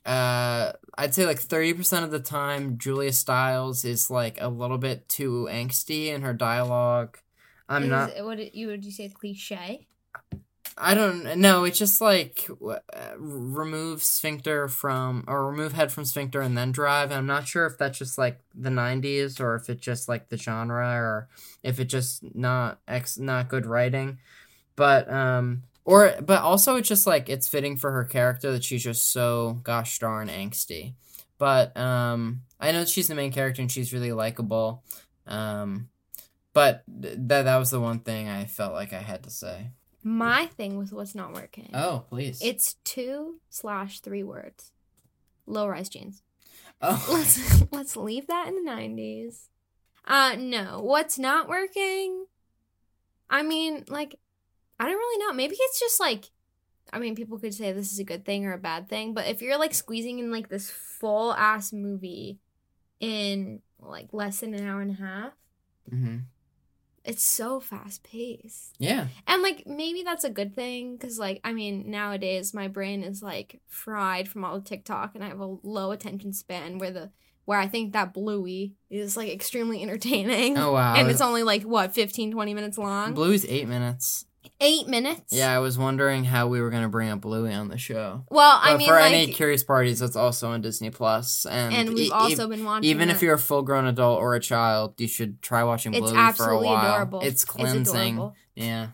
S9: uh, I'd say like thirty percent of the time Julia Stiles is like a little bit too angsty in her dialogue. I'm
S8: Is-
S9: not.
S8: What did you would you say? It's cliche.
S9: I don't know. It's just like w- uh, remove sphincter from or remove head from sphincter and then drive. And I'm not sure if that's just like the '90s or if it's just like the genre or if it's just not ex not good writing. But um, or but also it's just like it's fitting for her character that she's just so gosh darn angsty. But um, I know that she's the main character and she's really likable. Um, but th- that that was the one thing I felt like I had to say.
S8: My thing with what's not working.
S9: Oh, please.
S8: It's two slash three words. Low rise jeans.
S9: Oh.
S8: Let's let's leave that in the nineties. Uh no. What's not working? I mean, like, I don't really know. Maybe it's just like I mean, people could say this is a good thing or a bad thing, but if you're like squeezing in like this full ass movie in like less than an hour and a half,
S9: Mm-hmm.
S8: it's so fast paced.
S9: Yeah.
S8: And like maybe that's a good thing because like I mean nowadays my brain is like fried from all the TikTok and I have a low attention span where the where I think that Bluey is like extremely entertaining.
S9: Oh, wow.
S8: And it's only like what 15 20 minutes long.
S9: Bluey's eight minutes.
S8: 8 minutes.
S9: Yeah, I was wondering how we were gonna bring up Bluey on the show.
S8: Well, I
S9: But
S8: mean,
S9: for any
S8: like-
S9: curious parties, that's also on Disney Plus, and e-,
S8: And we've also been watching
S9: Even if
S8: that.
S9: you're a full grown adult or a child, you should try watching
S8: It's
S9: Bluey
S8: absolutely
S9: for a while.
S8: adorable.
S9: It's
S8: It's
S9: cleansing.
S8: adorable.
S9: Yeah.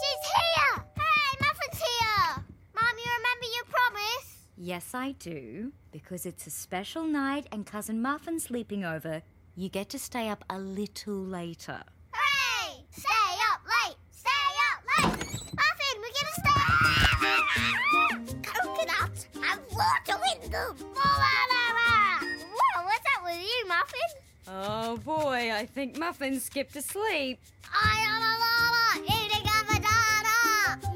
S10: She's here! Hey, Muffin's here! Mom, you remember your promise?
S13: Yes, I do. Because it's a special night and Cousin Muffin's sleeping over, you get to stay up a little later.
S10: Hey! Stay up late! Stay up late! Muffin, we're gonna stay Coconut and water in them! Whoa, what's up with you, Muffin?
S13: Oh boy, I think Muffin skipped a sleep.
S10: I am a llama eating a banana!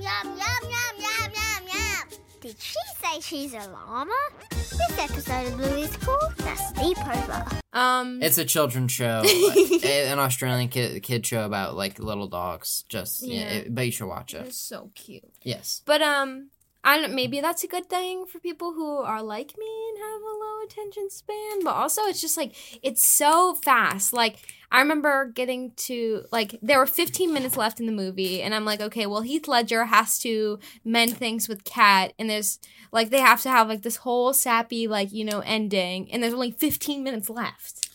S10: Yum, yum, yum, yum, yum, yum! Did she say she's a llama? This episode of Bluey is called The Sleepover.
S8: Um,
S9: It's a children's show, a- an Australian kid, kid show about like little dogs. Just yeah,
S8: Yeah.
S9: it- but you should watch it.
S8: It's so cute.
S9: Yes.
S8: But um, I don't. Maybe that's a good thing for people who are like me and have a low attention span. But also, it's just like it's so fast. Like I remember getting to like there were 15 minutes left in the movie, and I'm like, okay, well Heath Ledger has to mend things with Kat, and there's like they have to have like this whole sappy like you know ending, and there's only 15 minutes left.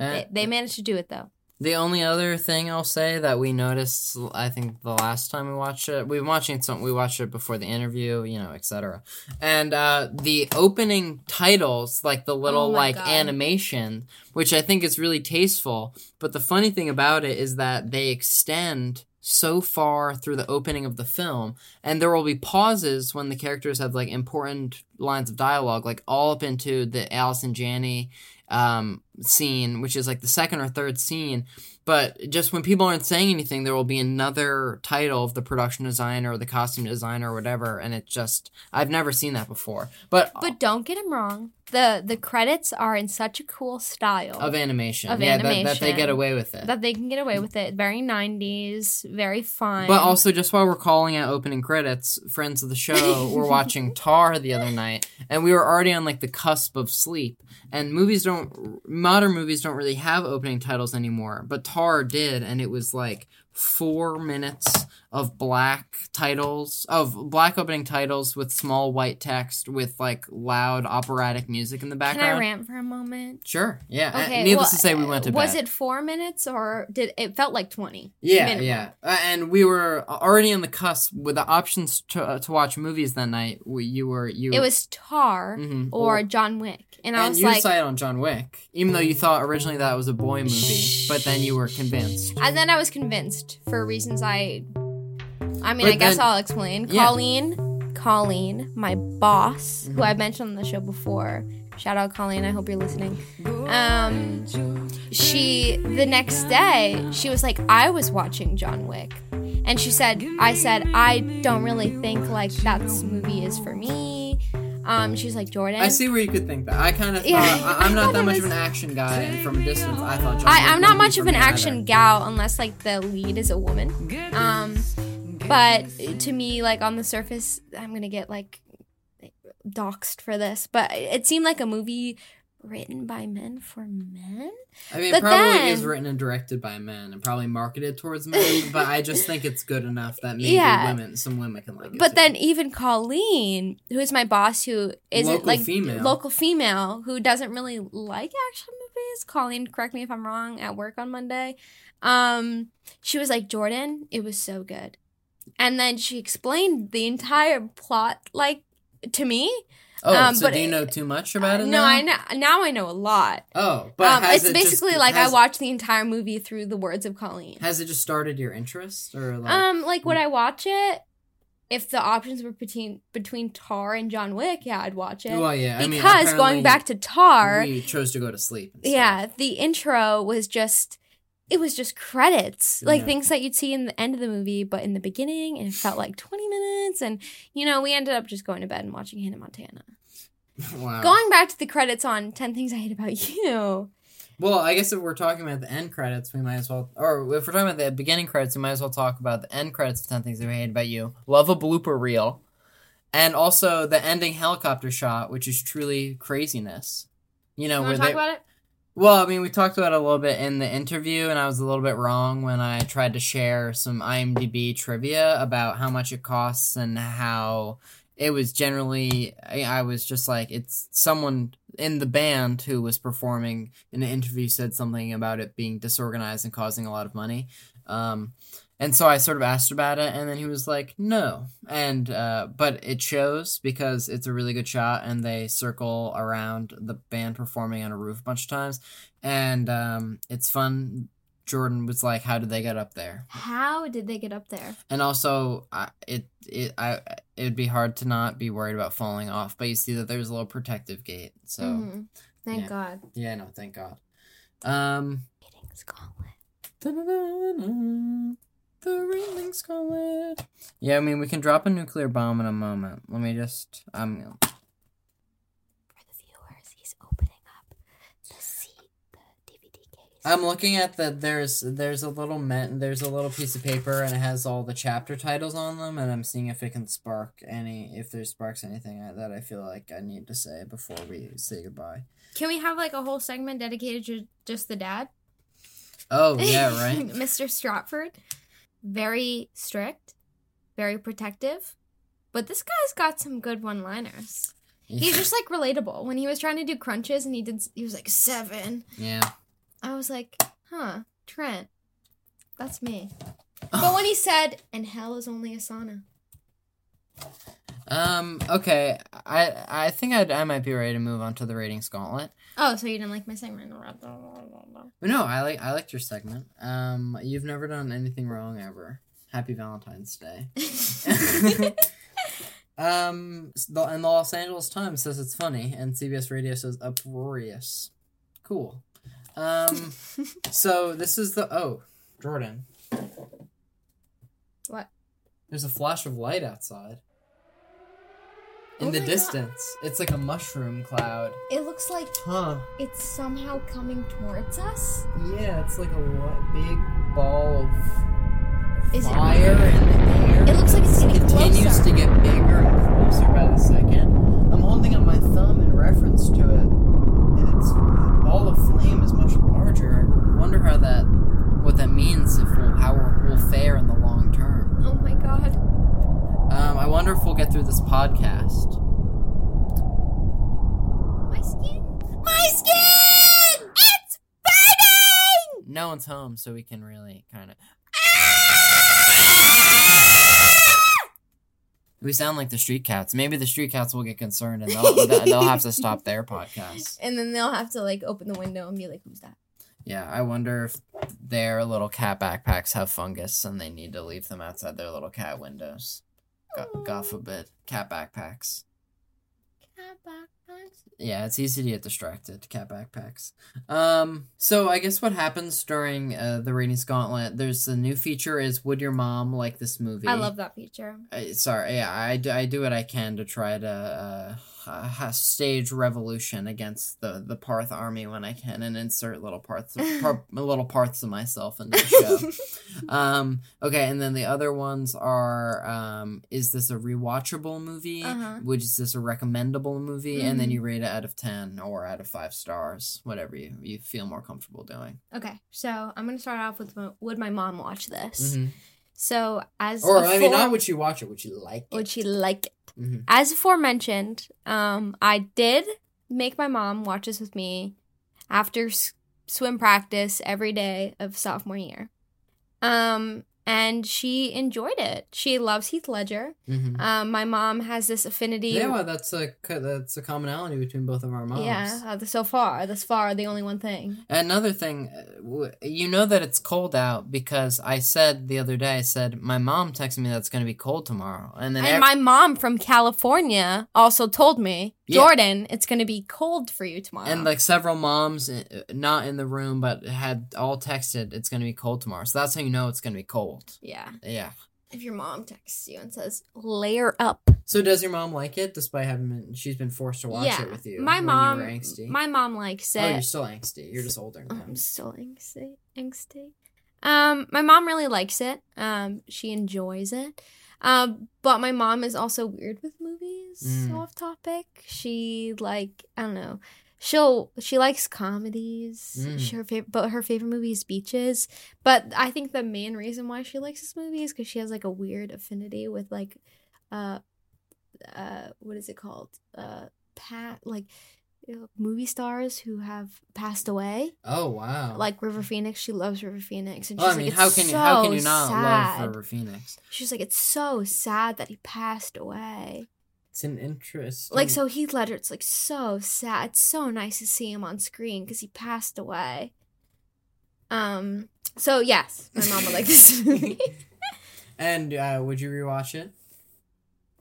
S9: Uh,
S8: they, they managed to do it though.
S9: The only other thing I'll say that we noticed, I think the last time we watched it, we've been watching some, we watched it before the interview, you know, etc. And uh, the opening titles, like the little
S14: Oh my
S9: like
S14: God.
S9: animation, which I think is really tasteful. But the funny thing about it is that they extend so far through the opening of the film, and there will be pauses when the characters have like important lines of dialogue, like all up into the Alice and Janney um, scene, which is like the second or third scene. But just when people aren't saying anything, there will be another title of the production designer or the costume designer or whatever, and it just I've never seen that before. But
S8: But don't get him wrong. The the credits are in such a cool style
S9: of animation,
S8: Of
S9: yeah, That, that they get
S8: animation.
S9: away with it.
S8: that they can get away with it. Very 90s, very fun.
S9: But also, just while we're calling out opening credits, friends of the show were watching Tar the other night, and we were already on like the cusp of sleep. And movies don't, modern movies don't really have opening titles anymore, but Tar did, and it was like four minutes of black titles, of black opening titles with small white text with like loud operatic music in the
S8: can
S9: background.
S8: I rant for a moment?
S9: Sure. Yeah. and
S8: Okay,
S9: needless
S8: well,
S9: to say, we went to bed.
S8: Was it four minutes or did it felt like 20?
S9: Yeah,
S8: minimum.
S9: yeah, Uh, and we were already on the cusp with the options to, uh, to watch movies that night. We, you were you.
S8: It was Tar
S9: Mhm.
S8: or
S9: Or-
S8: John Wick. And,
S9: and,
S8: I was
S9: you
S8: like,
S9: decided on John Wick, even though you thought originally that was a boy movie, but then you were convinced.
S8: and then I was convinced for reasons I. I mean,
S15: But
S8: I guess
S15: then-
S8: I'll explain.
S15: Yeah.
S8: Colleen, Colleen, my boss, who
S15: Mhm.
S8: I mentioned on the show before. Shout out Colleen. I hope you're listening. Um, she the next day she was like, I was watching John Wick, and she said, I said I don't really think like that movie is for me. Um, she's like Jordan.
S9: I see where you could think that. I kind of
S8: Yeah.
S9: thought I, I'm
S8: I
S9: not
S8: thought
S9: that
S8: it
S9: much of
S8: was-
S9: an action guy, and from a distance, I thought. John
S8: I, I'm
S9: Wick wouldn't
S8: not
S9: be
S8: much of
S9: for
S8: an
S9: me either.
S8: action gal unless like the lead is a woman. Um, but to me, like on the surface, I'm gonna get like doxed for this, but it seemed like a movie written by men for men.
S9: I mean, it
S8: but
S9: probably
S8: then,
S9: is written and directed by men, and probably marketed towards men. but I just think it's good enough that maybe
S8: Yeah.
S9: women, some women can like it.
S8: But then even Colleen, who is my boss, who isn't
S9: Local
S8: like
S9: female.
S8: local female, who doesn't really like action movies. Colleen, correct me if I'm wrong. At work on Monday, um, she was like, "Jordan, it was so good," and then she explained the entire plot like to me.
S9: Oh,
S8: um,
S9: so
S8: but
S9: do you
S8: it- Uh,
S9: know too much about it?
S8: no,
S9: now?
S8: I know now. I know a lot.
S9: Oh, but
S8: um,
S9: has
S8: it's
S9: it just-
S8: basically like
S9: has-
S8: I watched the entire movie through the words of Colleen.
S9: Has it just started your interest, or like?
S8: um, like
S9: Mm.
S8: would I watch it? If the options were between between Tar and John Wick, yeah, I'd watch it.
S9: Well, yeah, I mean,
S8: because
S9: apparently
S8: going back to Tar,
S9: we chose to go to sleep.
S8: yeah, the intro was just it was just credits, like
S9: Yeah.
S8: things that you'd see in the end of the movie, but in the beginning, and it felt like twenty minutes. And you know, we ended up just going to bed and watching Hannah Montana.
S9: Wow.
S8: Going back to the credits on Ten Things I Hate About You,
S9: Well, I guess if we're talking about the end credits, we might as well, or if we're talking about the beginning credits, we might as well talk about the end credits of Ten Things I Hate About You. Love a blooper reel, and also the ending helicopter shot, which is truly craziness. You know,
S15: You wanna
S9: where
S15: talk
S9: they.
S15: about it?
S9: Well, I mean, we talked about it a little bit in the interview, and I was a little bit wrong when I tried to share some IMDb trivia about how much it costs and how it was generally. I I was just like, it's someone in the band who was performing in an interview said something about it being disorganized and causing a lot of money. Um, and so I sort of asked about it, and then he was like, "No." And uh, but it shows because it's a really good shot, and they circle around the band performing on a roof a bunch of times, and um, it's fun. Jordan was like, "How did they get up there?"
S8: how did they get up there?
S9: And also, I, it it I it'd be hard to not be worried about falling off, but you see that there's a little protective gate. So
S8: Mhm. Thank
S9: yeah.
S8: God.
S9: Yeah, no, thank God. Um, The Ringlings call it. Yeah, I mean, we can drop a nuclear bomb in a moment. Let me just. Um, I'm looking at the there's there's a little men there's a little piece of paper and it has all the chapter titles on them and I'm seeing if it can spark any if there's sparks anything I- that I feel like I need to say before we say goodbye.
S8: Can we have like a whole segment dedicated to just the dad?
S9: Oh yeah, right.
S8: Mr. Stratford, very strict, very protective, but this guy's got some good one-liners. He's just like relatable. When he was trying to do crunches and he did, he was like seven.
S9: yeah.
S8: I was like, huh, Trent, that's me.
S9: Oh.
S8: But when he said, "And hell is only a sauna,"
S9: Um. Okay. I I think I I might be ready to move on to the ratings gauntlet.
S8: oh, so you didn't like my segment?
S9: No, I like I liked your segment. Um, you've never done anything wrong ever. Happy Valentine's Day. um, s- the, and the Los Angeles Times says it's funny, and CBS Radio says uproarious. Cool. Um, so this is the oh, Jordan.
S8: What?
S9: There's a flash of light outside. In
S8: Oh
S9: the
S8: my God.
S9: distance, it's like a mushroom cloud.
S8: It looks like
S9: Huh.
S8: it's somehow coming towards us.
S9: Yeah, it's like a what, big ball of
S8: Is it-
S9: fire in the air.
S8: It looks like it's getting
S9: continues
S8: closer.
S9: to get bigger and closer by the second. I'm holding up my thumb in reference to it, and it's the ball of flame is much larger. I wonder how that, what that means if we'll, how we'll- we'll fare in the long term.
S8: Oh my god.
S9: Um, I wonder if we'll get through this podcast.
S8: My skin. My skin. It's burning.
S9: No one's home, so we can really kind of. We sound like the street cats. Maybe the street cats will get concerned and they'll, they'll they'll have to stop their podcast.
S8: And then they'll have to like open the window and be like, "Who's that?"
S9: Yeah, I wonder if their little cat backpacks have fungus and they need to leave them outside their little cat windows. Go- God forbid. Cat backpacks. Yeah, it's easy to get distracted. Cat backpacks. Um, so I guess what happens during uh, the Ratings Gauntlet, there's the new feature is Would Your Mom Like This Movie?
S8: I love that feature.
S9: I, Uh, sorry, yeah, I do, I do what I can to try to uh, ha- ha- stage revolution against the, the Parth army when I can, and insert little parts, of, par- little parts of myself into the show. um, okay, and then the other ones are: um, Is this a rewatchable movie?
S8: Uh-huh.
S9: Which is this a recommendable movie? And then
S8: Mhm.
S9: you rate it out of ten or out of five stars, whatever you you feel more comfortable doing.
S8: Okay, so I'm gonna start off with my- would my mom watch this?
S9: Mhm.
S8: So as
S9: Or
S8: a
S9: I mean, not
S8: four-
S9: would you watch it? Would you like? it?
S8: would she like it?
S9: Mhm.
S8: As aforementioned, um, I did make my mom watch this with me after s- swim practice every day of sophomore year, um, and she enjoyed it. She loves Heath Ledger.
S9: Mhm.
S8: Um, my mom has this affinity.
S9: Yeah, well, that's a co- that's a commonality between both of our moms.
S8: Yeah, uh, so far, thus far, the only one thing.
S9: Another thing, uh, w- you know that it's cold out because I said the other day, I said my mom texted me that's going to be cold tomorrow, and then
S8: And
S9: ev-
S8: my mom from California also told me,
S9: Yeah.
S8: Jordan, it's going to be cold for you tomorrow.
S9: and like several moms, uh, not in the room, but had all texted it's going to be cold tomorrow. So that's how you know it's going to be cold.
S8: yeah.
S9: Yeah.
S8: If your mom texts you and says, layer up.
S9: So does your mom like it, despite having been, she's been forced to watch
S8: yeah.
S9: it with you?
S8: my
S9: when
S8: mom,
S9: You were angsty?
S8: my mom Um, likes it.
S9: Oh, you're still angsty. You're just older now.
S8: Oh, I'm still angsty. angsty. Um, my mom really likes it. Um, she enjoys it. Um, but my mom is also weird with movies.
S16: Mm.
S8: Off topic, she like I don't know. She'll she likes comedies.
S16: Mm.
S8: She, her favorite, but her favorite movie is Beaches. But I think the main reason why she likes this movie is because she has like a weird affinity with like, uh, uh, what is it called? Uh, pat like you know, movie stars who have passed away
S9: Oh wow.
S8: like River Phoenix. She loves River Phoenix, and she's
S9: Well, I mean,
S8: like,
S9: how
S8: "It's
S9: can you
S8: so
S9: how can you not
S8: sad.
S9: love River Phoenix?
S8: She's like, it's so sad that he passed away.
S9: It's an interest.
S8: Like so, Heath Ledger. It's like so sad. It's so nice to see him on screen because he passed away. Um. So yes, my mom would like this movie.
S9: And uh, would you rewatch it?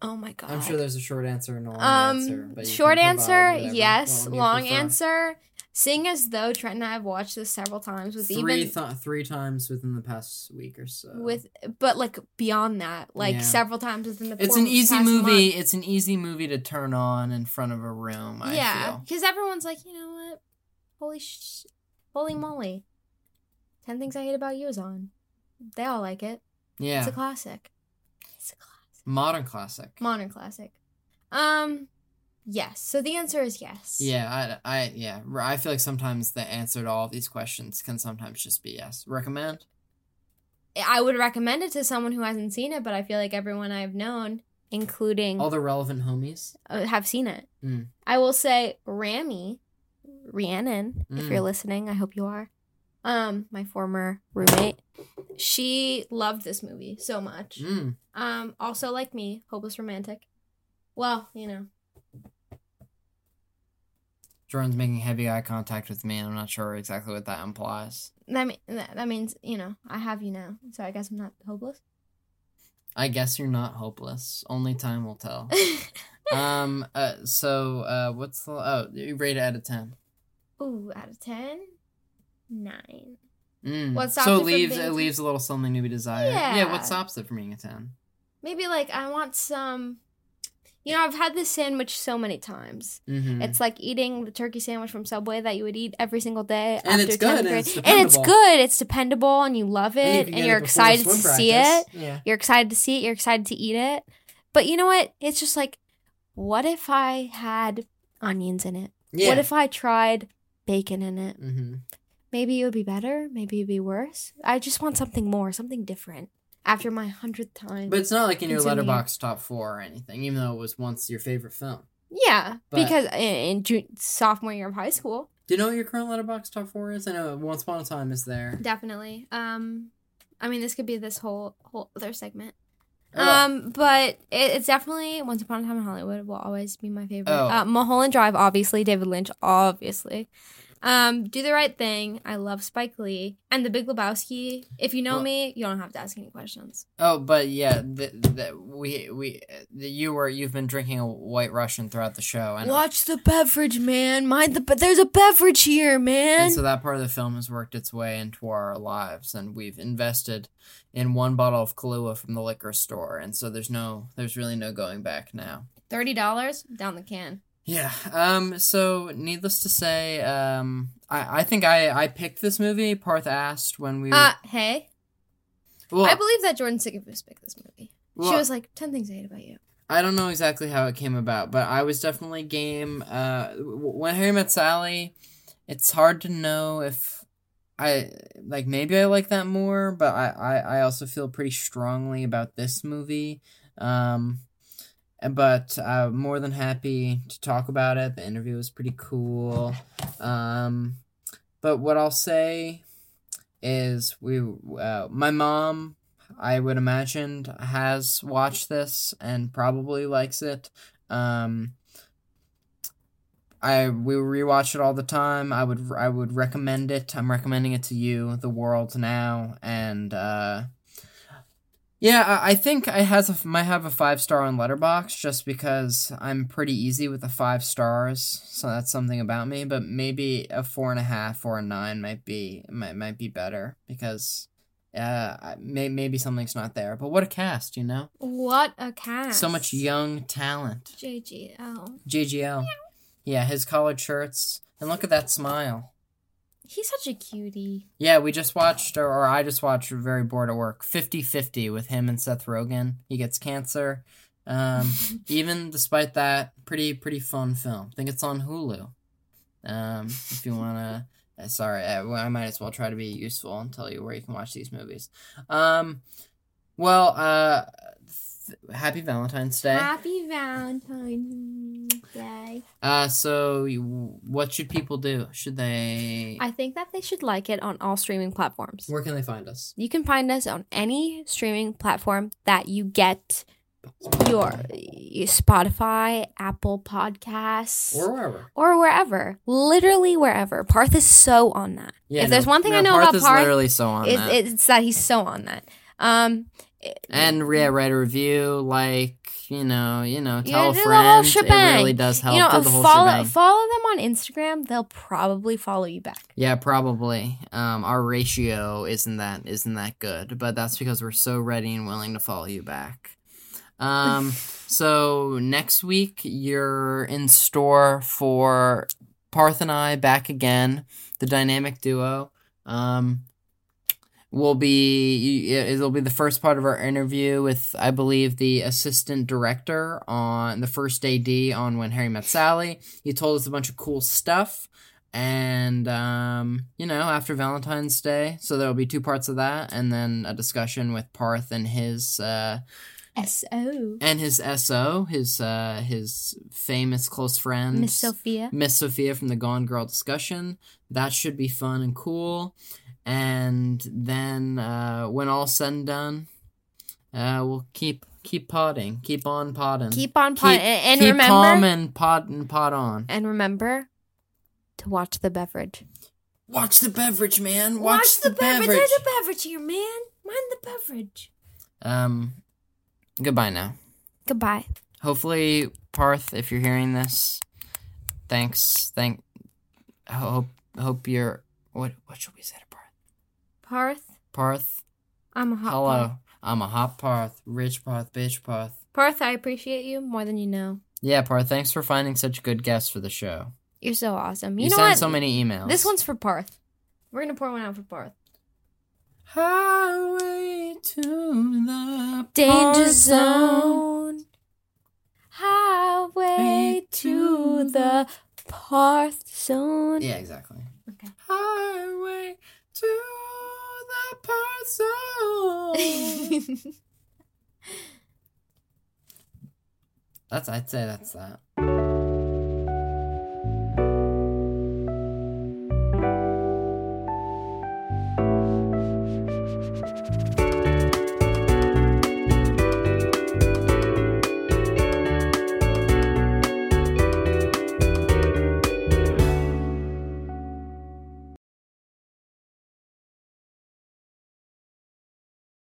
S8: Oh my god.
S9: I'm sure there's a short answer and a long
S8: um.
S9: answer. but you
S8: short
S9: can provide
S8: answer,
S9: whatever
S8: yes.
S9: one you
S8: Long
S9: prefer.
S8: answer. Seeing as though Trent and I have watched this several times with
S9: Three
S8: even
S9: th- three times within the past week or so.
S8: with, but like beyond that, like
S9: Yeah.
S8: several times within the.
S9: it's
S8: four
S9: an easy
S8: past
S9: movie.
S8: month.
S9: It's an easy movie to turn on in front of a room. I
S8: yeah,
S9: feel.
S8: because everyone's like, you know what? Holy sh! Holy moly! Ten things I hate about you is on. They all like it.
S9: Yeah.
S8: it's a classic,
S9: Modern classic.
S8: modern classic. Um, yes. So the answer is yes.
S9: Yeah, I, I, yeah. R- I feel like sometimes the answer to all of these questions can sometimes just be yes. Recommend?
S8: I would recommend it to someone who hasn't seen it, but I feel like everyone I've known, including
S9: All the relevant homies?
S8: uh, have seen it.
S9: Mm.
S8: I will say Rami, Rhiannon, if
S9: Mm.
S8: you're listening, I hope you are. Um, my former roommate, she loved this movie so much.
S9: Mm.
S8: Um, also like me, hopeless romantic. Well, you know,
S9: Jordan's making heavy eye contact with me, and I'm not sure exactly what that implies.
S8: that me- that that means you know I have you now, so I guess I'm not hopeless.
S9: I guess you're not hopeless. Only time will tell. um. Uh, so, uh, what's the oh? You rate it out of ten.
S8: Ooh, out of ten, nine.
S9: Mm.
S8: What stops it
S9: so it
S8: from
S9: leaves
S8: being
S9: it
S8: ten?
S9: leaves a little something to be desired.
S8: Yeah.
S9: What stops it from being a ten?
S8: Maybe like I want some. You know, I've had this sandwich so many times.
S9: Mhm.
S8: It's like eating the turkey sandwich from Subway that you would eat every single day
S9: And
S8: after
S9: it's
S8: 10th
S9: good, and
S8: grade.
S9: it's
S8: it's
S9: dependable.
S8: good. It's dependable, and you love
S9: And you
S8: it,
S9: can
S8: and,
S9: get it
S8: you're
S9: before
S8: excited to
S9: swim
S8: see it.
S9: practice. Yeah.
S8: You're excited to see it. You're excited to eat it. But you know what? It's just like, what if I had onions in it? What
S16: Yeah.
S8: if I tried bacon in it?
S9: Mm-hmm.
S8: Maybe it would be better. Maybe it'd be worse. I just want something more, something different. After my hundredth time,
S9: But it's not like in your
S8: consuming it.
S9: letterbox top four or anything, even though it was once your favorite film.
S8: Yeah,
S9: But-
S8: because in, in ju- sophomore year of high school,
S9: Do you know what your current letterbox top four is? I know Once Upon a Time is there.
S8: definitely. Um, I mean, this could be this whole whole other segment.
S9: Oh.
S8: Um, but it, it's definitely Once Upon a Time in Hollywood will always be my favorite.
S16: Oh.
S8: Uh, Mulholland Drive, obviously. David Lynch, obviously. Um, do the right thing. I love Spike Lee and The Big Lebowski. If you know
S9: Well-
S8: me, you don't have to ask any questions.
S9: Oh, but yeah, the, the, we we the, you were you've been drinking a White Russian throughout the show, and,
S8: Watch the beverage, man. Mind the but there's a beverage here, man.
S9: and so that part of the film has worked its way into our lives, and we've invested in one bottle of Kahlua from the liquor store, and so there's no there's really no going back now.
S8: Thirty dollars down the can.
S9: Yeah. Um. So, needless to say, um, I I think I I picked this movie. Parth asked when we.
S8: Uh, hey.
S9: Well-
S8: I believe that Jordan Sikovus picked this movie.
S9: Well-
S8: she was like, 10 things I hate about you.
S9: I don't know exactly how it came about, but I was definitely game. Uh, w- when Harry Met Sally, it's hard to know if I like maybe I like that more, but I I, I also feel pretty strongly about this movie. Um, and- but uh, more than happy to talk about it. The interview was pretty cool. Um, but what I'll say is we uh, my mom I would imagine has watched this and probably likes it. Um, I we rewatch it all the time. I would I would recommend it. I'm recommending it to you, the world now, and uh, yeah, I, I think I has a, might have a five star on Letterbox just because I'm pretty easy with the five stars, so that's something about me. But maybe a four and a half or a nine might be might might be better because uh I- may, maybe something's not there. But what a cast, you know,
S8: What a cast.
S9: so much young talent.
S8: JGL.
S9: JGL, yeah, his collared shirts and look at that smile.
S8: He's such a cutie.
S9: Yeah, we just watched, or, or I just watched Very Bored at Work 50 50 with him and Seth Rogen. He gets cancer. Um, even despite that, pretty, pretty fun film. I think it's on Hulu. Um, if you want to. Uh, sorry, I, well, I might as well try to be useful and tell you where you can watch these movies. Um, well, uh, th- happy Valentine's Day.
S8: Happy Valentine's Day.
S9: Uh, so you, what should people do? Should they.
S8: I think that they should like it on all streaming platforms.
S9: Where can they find us?
S8: You can find us on any streaming platform that you get your your Spotify, Apple Podcasts,
S9: Or wherever.
S8: or wherever. Literally wherever. Parth is so on that.
S9: Yeah,
S8: if there's
S9: no-
S8: one thing
S9: no,
S8: I know
S9: Parth
S8: about
S9: is
S8: Parth,
S9: literally so on
S8: it's,
S9: that.
S8: it's that he's so on that. Um,
S9: and yeah, write a review, like you know, you know,
S8: you
S9: tell
S8: know, do
S9: a
S8: the whole
S9: friend. It
S8: shebang.
S9: really does help.
S8: You know,
S9: do the whole
S8: follow
S9: shebang.
S8: follow them on Instagram. They'll probably follow you back.
S9: yeah, probably. Um, our ratio isn't that isn't that good, but that's because we're so ready and willing to follow you back. Um, so next week you're in store for Parth and I back again, the dynamic duo. Um, will be y- it'll be the first part of our interview with I believe the assistant director on the first AD on When Harry Met Sally. He told us a bunch of cool stuff, and um, you know after Valentine's Day, so there will be two parts of that, and then a discussion with Parth and his. Uh,
S8: So
S9: and his SO, his uh, his famous close friend,
S8: Miss Sophia.
S9: Miss Sophia from the Gone Girl discussion. That should be fun and cool. And then uh, when all's said and done, uh, we'll keep keep podding, keep on podding,
S8: Keep on pod- and- and
S9: keep
S8: remember-
S9: calm and pod and pod on.
S8: and remember to watch the beverage.
S9: Watch the beverage, man.
S8: Watch
S9: Watch,
S8: the
S9: the,
S8: beverage.
S9: beverage.
S8: There's a beverage here, man. Mind the beverage.
S9: Um, goodbye now.
S8: Goodbye.
S9: hopefully parth if you're hearing this thanks thank I hope hope you're what what should we say to parth
S8: Parth,
S9: parth
S8: I'm a hot
S9: hello
S8: Parth.
S9: i'm a hot parth rich parth bitch parth
S8: Parth, I appreciate you more than you know.
S9: yeah parth thanks for finding such good guests for the show
S8: You're so awesome. You,
S9: you,
S8: know
S9: send
S8: what?
S9: so many emails
S8: This one's for Parth. We're gonna pour one out for Parth.
S9: Highway to the
S8: Danger
S9: Parth
S8: zone. Highway to the Parth zone.
S9: yeah exactly
S17: Highway to the parcel.
S9: that's i'd say that's that